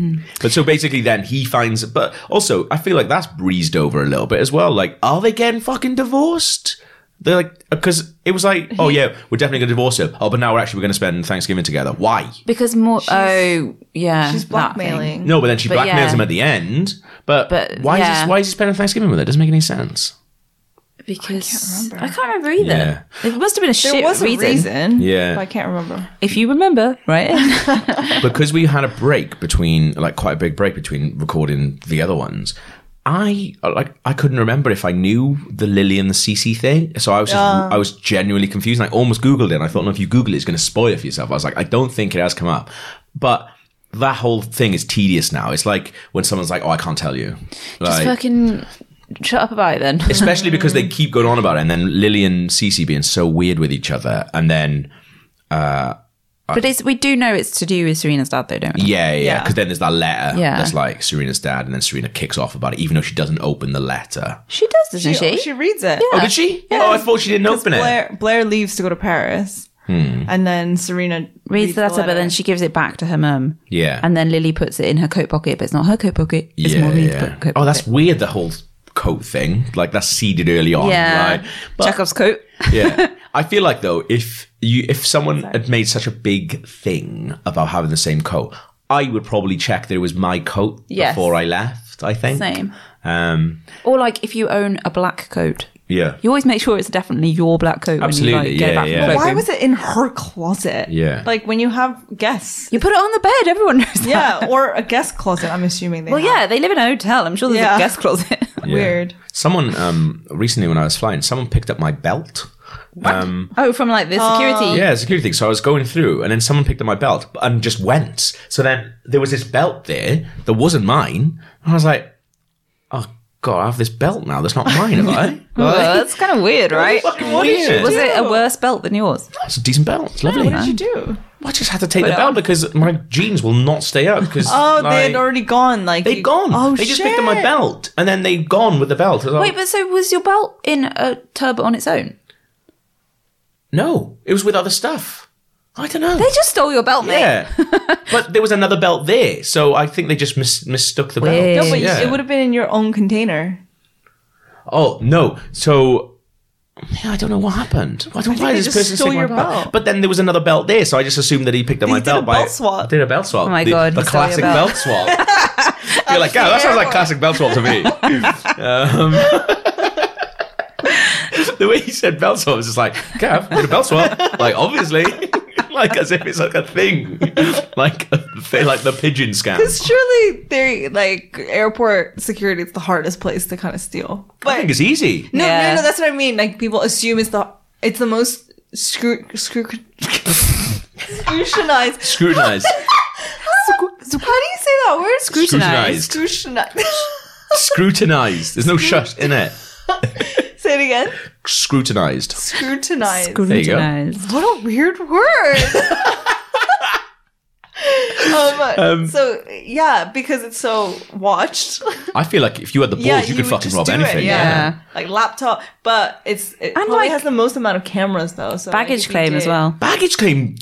D: don't.
C: But so basically, then he finds. But also, I feel like that's breezed over a little bit as well. Like, are they getting fucking divorced? They're like, because it was like, oh yeah, we're definitely gonna divorce her. Oh, but now we're actually we're gonna spend Thanksgiving together. Why?
D: Because more. oh, yeah.
E: She's
D: that thing.
E: blackmailing.
C: No, but then she
D: But
C: blackmails
D: yeah.
C: him at the end. But,
D: But,
C: why is
D: yeah.
C: this, why is he spending Thanksgiving with her? It doesn't make any sense.
D: Because I can't remember, either. It must have been a
E: There
D: shit
E: was a reason.
C: Yeah.
E: but I can't remember.
D: If you remember, right?
C: because we had a break between like quite a big break between recording the other ones. I like I couldn't remember if I knew the Lily and the CC thing, so I was just,
D: Ah.
C: I was genuinely confused. And I almost googled it. and I thought, no, if you Google it, it's going to spoil it for yourself. I was like, I don't think it has come up, but that whole thing is tedious now. It's like when someone's like, oh, I can't tell you.
D: Just
C: Like,
D: fucking shut up about it then.
C: especially because they keep going on about it, and then Lily and Cece being so weird with each other, and then
D: But it's, we do know it's to do with Serena's dad, though, don't we?
C: yeah, yeah,
E: Yeah.
C: because then there's that letter
D: Yeah.
C: that's like Serena's dad, and then Serena kicks off about it, even though she doesn't open the letter.
D: She does, doesn't she?
E: She reads it.
C: Oh, did she? Oh, I thought she didn't open it. Hmm.
E: Blair, Blair leaves to go to Paris. And then Serena
D: Reads the letter, but then she gives it back to her mum.
C: Yeah.
D: And then Lily puts it in her coat pocket, but it's not her coat pocket. It's
C: yeah,
D: Maureen's
C: yeah.
D: po- coat
C: Oh, that's
D: pocket.
C: weird. The whole coat thing, like that's seeded early on,
D: Yeah.
C: right? But-
D: Chekhov's coat.
C: yeah, I feel like though, if you if someone had made such a big thing about having the same coat, I would probably check that it was my coat
D: Yes.
C: before I left. I think
D: Same.
C: Um,
D: Or like if you own a black coat.
C: yeah,
D: You always make sure it's definitely your black coat when you
C: Absolutely,
D: like, get it
C: yeah,
D: back
C: yeah.
D: from the
C: But
E: Why
D: cloakroom.
E: was it in her closet?
C: Yeah.
E: Like when you have guests.
D: You put it on the bed. Everyone knows that.
E: Yeah, or a guest closet, I'm assuming they
D: Well,
E: have.
D: yeah, they live in a hotel. I'm sure there's a
E: Yeah.
D: guest closet.
C: yeah.
E: Weird.
C: Someone um, recently when I was flying, someone picked up my belt. Um,
D: oh, from like the security.
C: yeah, security thing. So I was going through, and then someone picked up my belt and just went. So then there was this belt there that wasn't mine, and I was like, "Oh God, I have this belt now. That's not mine, have I?"
D: Well, that's kind of weird, right?
C: Fucking weird.
D: Was it a worse belt than yours?
C: It's a decent belt. It's lovely.
E: What did you do?
C: I just had to take
D: Put
C: the
D: it
C: belt
D: on.
C: because my jeans will not stay up. Because
E: Oh, they had already gone. Like
C: they'd gone.
E: Oh,
C: they
E: shit.
C: just picked up my belt and then they'd gone with the belt. I was like,
D: Wait, but so was your belt in a tub on its own?
C: no, it was with other stuff. I don't know.
D: They just stole your belt, mate.
C: yeah, but there was another belt there, so I think they just mis- mistook the
D: Wait.
C: belt.
E: No, but
C: Yeah.
E: it would have been in your own container.
C: Oh no! So yeah, I don't know what happened. I don't why
E: they
C: this
E: just
C: person
E: stole
C: taking my
E: your
C: belt?
E: belt.
C: But then there was another belt there, so I just assumed that he picked up
E: They
C: my
E: did
C: belt
E: a
C: by
E: belt swap.
C: Did a belt swap? Oh
D: my
C: the,
D: God,
C: the
D: you stole your
C: classic
D: belt.
C: belt, swap. You're like, yeah, that sounds like classic belt swap to me. um, the way he said belt swap was just like, Gav, did a belt swap? Like, obviously. like, as if it's like a thing. like, they like the pigeon scam.
E: Because surely they like airport security is the hardest place to kind of steal.
C: I think it's easy.
E: No,
D: Yeah.
E: no, no. That's what I mean. Like people assume it's the it's the most scru scru scrutinized.
C: Scrutinized.
E: How do you say that word?
C: Scrutinized.
E: Scrutinized.
C: Scrutinized. There's no shush in it.
E: say it again.
C: Scrutinized.
E: Scrutinized.
C: There you go.
D: Scrutinized.
E: what a weird word. um, so yeah, because it's so watched.
C: I feel like if you had the balls,
E: yeah,
C: you, could
E: would
C: fucking
E: just
C: rob
E: do
C: anything.
E: It,
C: yeah.
E: yeah. like laptop, but it's it probably
D: like-
E: has the most amount of cameras though. So like,
D: Baggage
E: if you
D: claim as
E: did-
D: well.
C: Baggage claim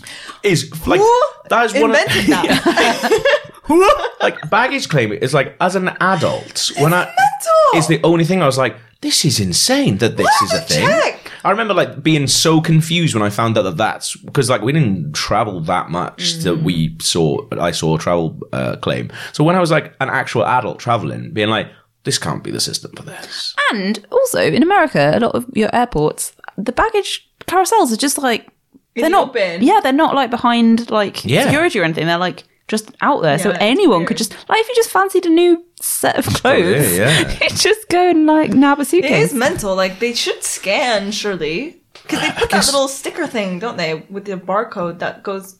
C: is like
E: Who
C: that is one
E: invented
C: of,
E: that?
C: Who? like baggage claim is like as an adult when I
E: mental.
C: it's the only thing I was like this is insane that this is a
E: the
C: thing.
E: check?
C: I remember like being so confused when I found out that that's because like we didn't travel that much that
E: Mm.
C: we saw I saw a travel uh, claim. So when I was like an actual adult traveling, being like this can't be the system for this.
D: And also in America, a lot of your airports, the baggage carousels are just like they're
E: It's
D: not.
E: open.
D: Yeah, they're not like behind like
C: Yeah.
D: security or anything. They're like just out there. so
E: Yeah, it's
D: anyone
E: weird.
D: could just like if you just fancied a new set of clothes,
C: yeah.
D: you just go and like nab a
E: It is
D: suitcase.
E: mental. Like they should scan surely because they put that little sticker thing, don't they, with the barcode that goes.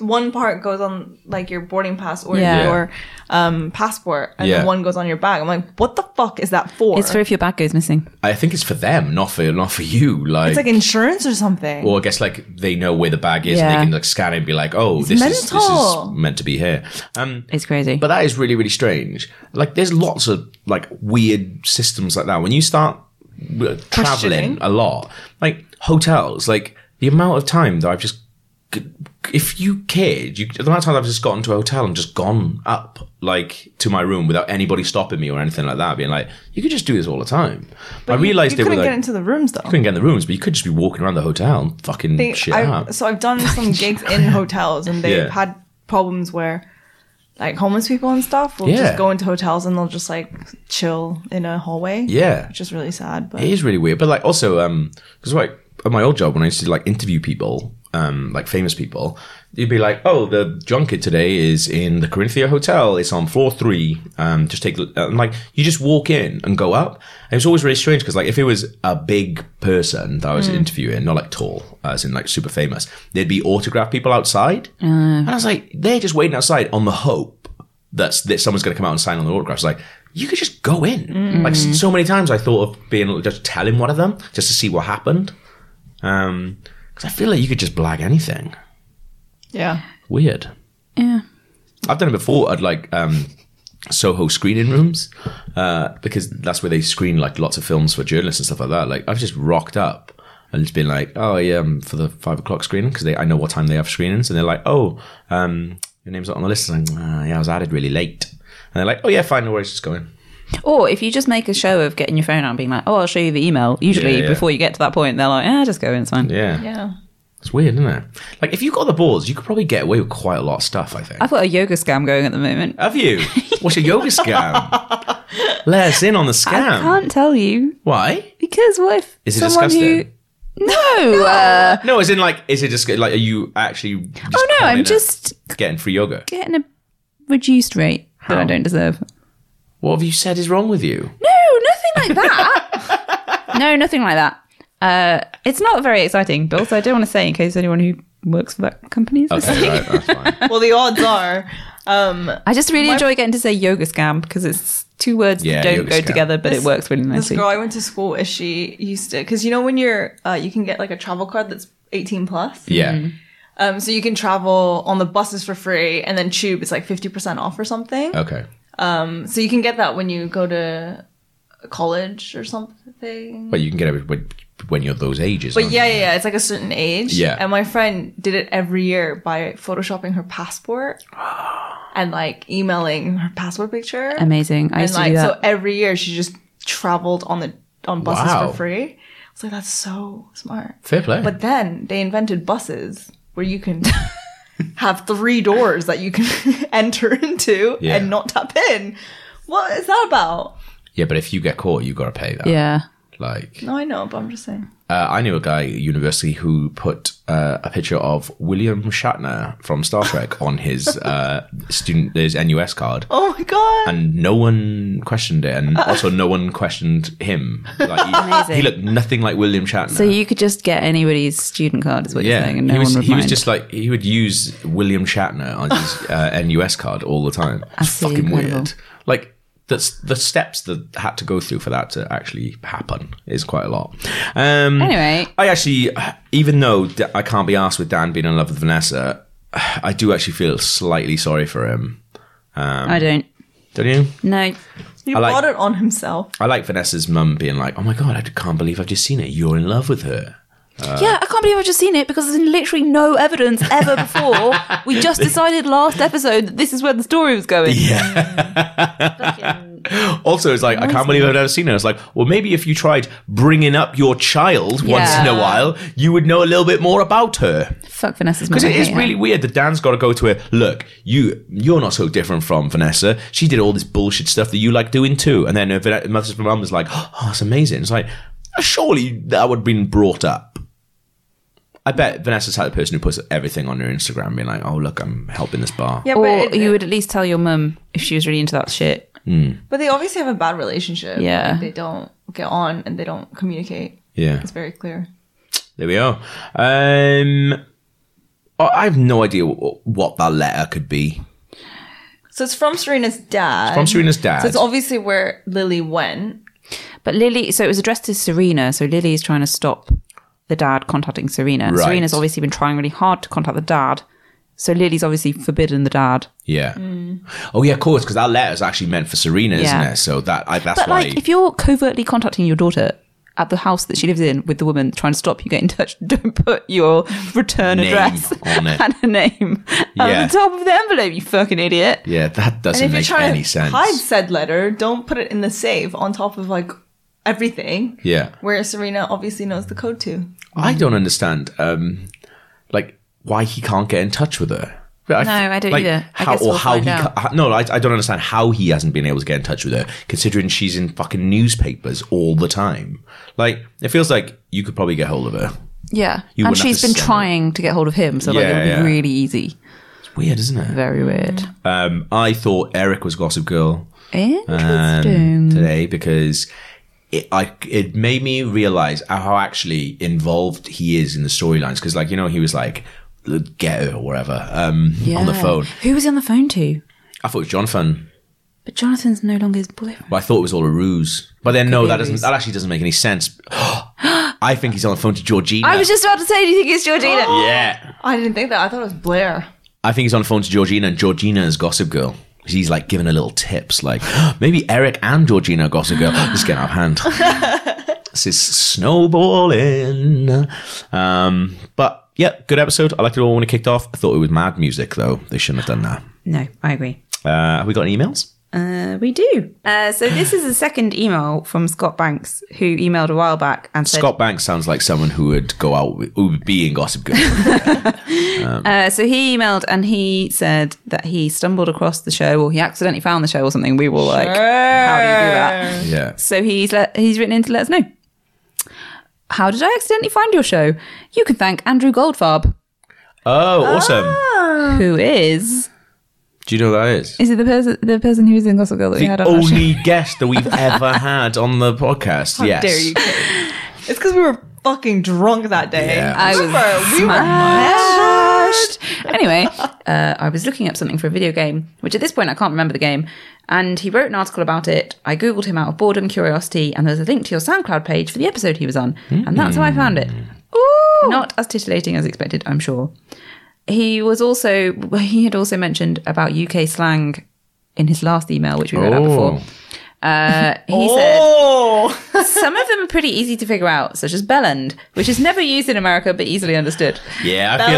E: One part goes on like your boarding pass or
D: Yeah.
E: your um, passport, and
C: Yeah.
E: the one goes on your bag. I'm like, what the fuck is that for?
D: It's for if your bag goes missing.
C: I think it's for them, not for not for you. Like,
E: It's like insurance or something.
C: Well, I guess like they know where the bag is
D: Yeah.
C: and they can like scan it and be like, oh, this is, this is
E: mental.
C: meant to be here. Um,
D: It's crazy.
C: but that is really, really strange. Like there's lots of like weird systems like that. When you start uh, traveling
E: Questioning.
C: a lot, like hotels, like the amount of time that I've just, if you cared, you, the amount of time I've just gotten to a hotel and just gone up like to my room without anybody stopping me or anything like that, being like, you could just do this all the time. I realized
E: you
C: they
E: couldn't
C: were like,
E: get into the rooms though.
C: you couldn't get in the rooms, but you could just be walking around the hotel and fucking
E: They-
C: shit
E: I-
C: up.
E: so I've done some gigs in hotels, and they've
C: Yeah.
E: had problems where, like homeless people and stuff, will
C: Yeah.
E: just go into hotels and they'll just like chill in a hallway.
C: Yeah.
E: which is really sad. But
C: It is really weird. But like also, um, because like at my old job when I used to like interview people, um, like famous people, you'd be like, oh, the junket today is in the Corinthia Hotel. It's on floor three. Um, just take, the- and like you just walk in and go up. And it's always really strange because like if it was a big person that I was interviewing, not like tall, as in like super famous, there'd be autograph people outside. And I was like, they're just waiting outside on the hope that's that someone's going to come out and sign on the autographs. Like you could just go in. Like s- so many times, I thought of being just telling one of them just to see what happened. Um, because I feel like you could just blag anything.
E: yeah,
C: Weird.
D: yeah.
C: I've done it before at like um, Soho screening rooms uh, because that's where they screen like lots of films for journalists and stuff like that. Like I've just rocked up and just been like, oh yeah, um, for the five o'clock screening because I know what time they have screenings, and they're like, oh, um, your name's not on the list. And I'm like, ah, yeah, I was added really late, and they're like, oh yeah, fine, no worries, just go in.
D: Or if you just make a show of getting your phone out and being like, "Oh, I'll show you the email." Usually,
C: Yeah, yeah.
D: before you get to that point, they're like, "Ah, just go in, it's fine."
C: Yeah.
E: yeah.
C: it's weird, isn't it? Like if you got the balls, you could probably get away with quite a lot of stuff. I think.
D: I've got a yoga scam going at the moment.
C: have you? What's your yoga scam? Let us in on the scam.
D: I can't tell you
C: Why?
D: because what if
C: Is it
D: someone
C: disgusting?
D: who no, Uh,
C: No, as in like, is it just like, are you actually? Just
D: oh no,
C: coming
D: I'm
C: and
D: just
C: getting free yoga.
D: getting a reduced rate that I don't deserve.
C: What have you said is wrong with you?
D: No, nothing like that. no, nothing like that. Uh, it's not very exciting, but also I don't want to say in case anyone who works for that company is
C: Oh.
D: listening.
C: that's fine.
E: Well, the odds are, um,
D: I just really enjoy getting to say yoga scam because it's two words
C: Yeah,
D: that don't
C: yoga
D: go
C: scam.
D: together, but it works really
E: this
D: nicely.
E: girl I went to school with, she used to because you know when you're uh, you can get like a travel card that's 18 plus.
C: Yeah,
D: Mm.
E: Um, so you can travel on the buses for free, and then tube is like 50% off or something.
C: okay.
E: So you can get that when you go to college or something.
C: But you can get it when, when you're those ages.
E: But
C: aren't
E: yeah,
C: you?
E: yeah, yeah, it's like a certain age.
C: Yeah.
E: And my friend did it every year by photoshopping her passport and like emailing her passport picture.
D: Amazing. I
E: and
D: used to
E: like
D: do
E: so
D: that.
E: every year she just traveled on the on buses
C: Wow.
E: for free. I was like, that's so smart.
C: fair play.
E: But then they invented buses where you can have three doors that you can enter into
C: Yeah.
E: and not tap in. What is that about?
C: yeah, but if you get caught, you got to pay that.
D: yeah.
C: Like,
E: No, I know, but I'm just saying.
C: uh, I knew a guy at university who put uh, a picture of William Shatner from Star Trek on his uh, student his NUS card.
E: Oh my god.
C: and no one questioned it, and also no one questioned him. Like, he,
D: Amazing.
C: he looked nothing like William Shatner.
D: So you could just get anybody's student card, is what you're saying, and no
C: he was
D: one would
C: he
D: mind.
C: was just like he would use William Shatner on his uh, NUS card all the time. It's
D: Absolutely
C: fucking
D: incredible.
C: weird. Like that's the steps that had to go through for that to actually happen is quite a lot. Um,
D: Anyway.
C: I actually, even though D- I can't be asked with Dan being in love with Vanessa, I do actually feel slightly sorry for him.
D: I don't.
C: Don't you?
D: No.
E: He
C: I like-
E: brought it on himself.
C: I like Vanessa's mum being like, "Oh my god, I can't believe I've just seen her. You're in love with her." uh,
D: yeah, I can't believe I've just seen it because there's literally no evidence ever before. we just decided last episode that this is where the story was going.
C: Also, it's like, I can't believe I've never seen her. It's like, well, maybe if you tried bringing up your child once in a
D: Yeah.
C: while, you would know a little bit more about her.
D: Fuck Vanessa's mum.
C: Because
D: I
C: it is
D: hate her.
C: really weird that Dan's got to go to her. Look, you you're not so different from Vanessa. She did all this bullshit stuff that you like doing too. And then her Van- mother's mum uh, was like, oh, it's amazing. It's like, surely that would have been brought up. I bet Vanessa's the type of person who puts everything on her Instagram, being like, "Oh, look, I'm helping this bar."
E: Yeah,
D: Or
E: but, it-
D: you would at least tell your mum if she was really into that shit.
E: but they obviously have a bad relationship.
D: Yeah.
E: Like, they don't get on and they don't communicate.
C: Yeah.
E: It's very clear.
C: There we are. Um, I I have no idea what, what that letter could be
E: So it's from Serena's dad.
D: Um,
C: from Serena's dad.
E: So it's obviously where Lily went.
D: But Lily, so it was addressed to Serena. So Lily is trying to stop the dad contacting Serena.
C: Right.
D: Serena's obviously been trying really hard to contact the dad. So Lily's obviously forbidden the dad.
C: yeah. Oh yeah, of course, because that letter is actually meant for Serena,
D: Hmm. Yeah.
C: isn't it? So that I, that's
D: But
C: why.
D: like, if you're covertly contacting your daughter at the house that she lives in with the woman trying to stop you getting in touch, don't put your return
C: Name
D: address
C: on it.
D: and a name
C: Yeah.
D: at the top of the envelope. You fucking idiot.
C: yeah, that doesn't make any sense.
E: hide said letter, don't put it in the safe on top of like everything.
C: Yeah,
E: Where Serena obviously knows the code to.
D: Hmm.
C: I don't understand. Um, like why he can't get in touch with her. No,
D: No, I don't either. I
C: How,
D: guess
C: or
D: we'll
C: how
D: find
C: he?
D: out.
C: ca- no, I, I don't understand how he hasn't been able to get in touch with her, considering she's in fucking newspapers all the time. Like it feels like you could probably get hold of her.
D: Yeah.
C: You
D: and
C: wouldn't have
D: she's
C: to
D: been
C: send it.
D: trying to get hold of him, so like it
C: Yeah,
D: would be
C: yeah.
D: really easy.
C: Weird, isn't it?
D: Very weird.
C: Um, I thought Eric was Gossip Girl um,
D: Interesting.
C: today because it, I, it made me realize how actually involved he is in the storylines. Because, like, you know, he was like, get her or whatever um, on the
D: Yeah.
C: phone.
D: Who was he on the phone to?
C: I thought it was Jonathan,
D: But Jonathan's no longer his boyfriend.
C: but I thought it was all a ruse. But then, no,
D: be a
C: that doesn't.
D: ruse.
C: That actually doesn't make any sense. I think he's on the phone to Georgina.
D: I was just about to say, do you think it's Georgina?
C: yeah.
E: I didn't think that. I thought it was Blair.
C: I think he's on the phone to Georgina, and Georgina is Gossip Girl. She's like giving her little tips, like maybe Eric and Georgina are Gossip Girl. this is getting out of hand. this is snowballing. Um, but yeah, good episode. I liked it all when it kicked off. I thought it was mad music though. They shouldn't have done that.
D: No, I agree.
C: Uh, have we got any emails?
D: Uh, we do. Uh, so this is the second email from Scott Banks, who emailed a while back and said,
C: Scott Banks sounds like someone who would go out, with, who would be in Gossip Girl.
D: Uh, so he emailed and he said that he stumbled across the show or he accidentally found the show or something. We were like, how do you do that?
C: yeah.
D: So he's let, he's written in to let us know. How did I accidentally find your show? You can thank Andrew Goldfarb,
C: Oh, awesome.
D: Ah. who is
C: Do you know who that is?
D: is it the person the person who was in Gossip Girl that we had
C: The
D: on our show?
C: only guest that we've ever had on the podcast. yes.
E: Dare you? kid. it's because we were fucking drunk that day.
C: Yeah.
D: I was
E: Remember, we were
D: smashed. Anyway, uh, I was looking up something for a video game, which at this point I can't remember the game. And he wrote an article about it. I googled him out of boredom, curiosity, and there was a link to your SoundCloud page for the episode he was on, and that's how I found it.
C: Hmm.
D: Not as titillating as expected, I'm sure. He was also he had also mentioned about UK slang in his last email, which we read out
C: Oh.
D: before. Uh, he said.
E: Oh,
D: Some of them are pretty easy to figure out, such as bellend, which is never used in America but easily understood.
C: Yeah, I feel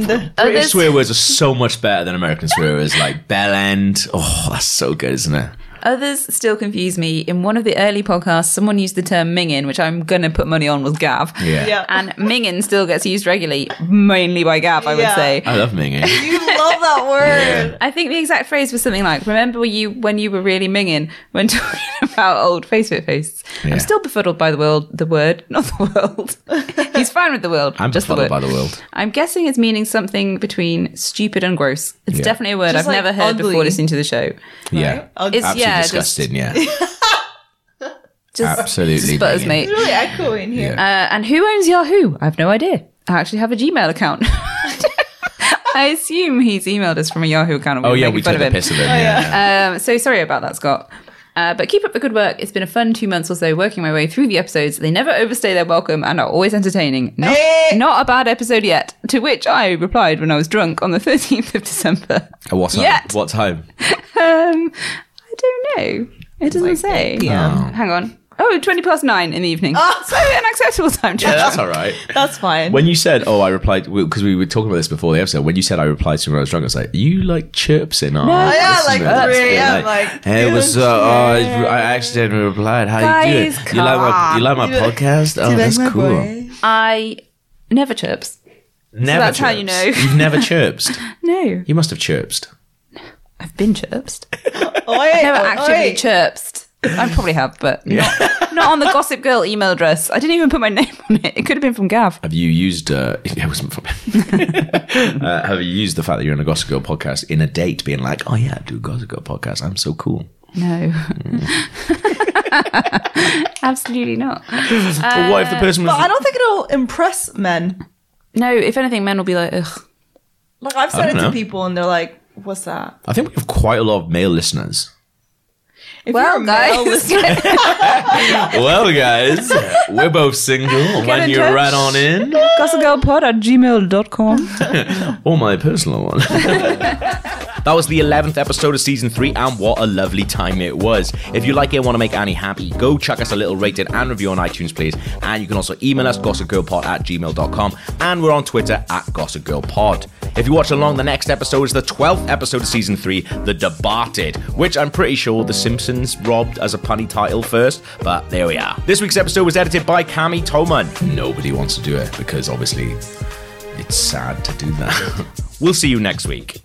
C: like British
E: Bellend.
D: Others-
C: swear words are so much better than American swear words, like bell end. Oh, that's so good, isn't it?
D: Others still confuse me. In one of the early podcasts, someone used the term mingin, which I'm going to put money on was Gav.
C: Yeah.
E: Yeah.
D: And mingin still gets used regularly, mainly by Gav, I would
E: Yeah.
D: say.
C: I love minging.
E: You love that word.
D: I think the exact phrase was something like, remember you when you were really minging when talking about old Facebook posts.
C: Yeah.
D: I'm still befuddled by the world, the word, not the world. He's fine with the world.
C: I'm
D: just
C: just
D: the
C: befuddled by
D: word.
C: the world.
D: I'm guessing it's meaning something between stupid and gross. It's
C: Yeah.
D: definitely a word
E: Just
D: I've
E: like
D: never heard before
E: ugly.
D: listening to the show.
C: Yeah.
E: Ugly.
D: It's-
C: Absolutely
D: yeah, just-
C: disgusting, yeah.
D: Just
C: Absolutely.
D: butters,
C: minging.
D: mate.
E: It's really echo in here.
C: Yeah.
D: Uh, and who owns Yahoo? I have no idea. I actually have a Gmail account. I assume he's emailed us from a Yahoo account. and
C: Oh, yeah,
D: making
C: we
D: fun
C: took the
D: of him.
C: piss of him. yeah.
D: Um, so sorry about that, Scott. Uh, but keep up the good work. It's been a fun two months or so working my way through the episodes. They never overstay their welcome and are always entertaining. Not,
C: Eh.
E: Hey!
D: not a bad episode yet. To which I replied when I was drunk on the 13th of December.
C: At What time?
D: Yet.
C: What time?
D: Um, I don't know. It doesn't say. Um,
C: Oh.
D: Hang on. Oh, 20 past 9 in the evening. So an acceptable time,
C: Yeah,
D: Josh.
C: that's all right.
E: That's fine.
C: When you said, "Oh, I replied," because we were talking about this before the episode. When you said I replied to him when I was drunk, I was like, "You like chirps in our
E: yeah,
C: listeners."
E: like
C: That's
E: three,
C: good,
E: yeah, like,
C: hey, what's
E: "Feeling
C: up? Oh, I I accidentally replied. How
D: Guys,
C: you doing? You like my
D: come
C: you like my
E: on.
C: podcast? Oh, that's cool.
D: I never chirps.
C: Never
D: that's how you know.
C: chirps. You've never chirped.
D: No.
C: You must have chirped.
D: I've been chirped.
E: Oi,
D: Never
E: oi,
D: actively
E: oi.
D: chirped. I probably have, but not, not on the Gossip Girl email address. I didn't even put my name on it. It could have been from Gav.
G: Have you used? Uh, it wasn't from. uh, have you used the fact that you're on a Gossip Girl podcast in a date, being like, "Oh yeah, I do Gossip Girl podcast. I'm so cool."
D: No. Absolutely not.
G: but what if the person was?
E: But I don't think it'll impress men.
D: No, if anything, men will be like, ugh.
E: Like I've said
G: don't
E: it to
G: know.
E: people and they're like, "What's that?"
G: I think we have quite a lot of male listeners.
E: If
D: Well,
E: male
D: guys,
E: listener-
G: well, guys, we're both single.
D: in
G: When you
D: touch.
G: ran on in,
D: gossipgirlpod at gmail.com.
G: or my personal one.
C: That was the 11th episode of season three, and what a lovely time it was. If you like it and want to make Annie happy, go chuck us a little rating and review on iTunes, please. And you can also email us, gossipgirlpod at gmail.com, and we're on Twitter at gossipgirlpod. If you watch along, the next episode is the 12th episode of season three, The Departed, which I'm pretty sure The Simpsons robbed as a punny title first, but there we are. This week's episode was edited by Cami Toman.
G: Nobody wants to do it because obviously it's sad to do that.
C: We'll see you next week.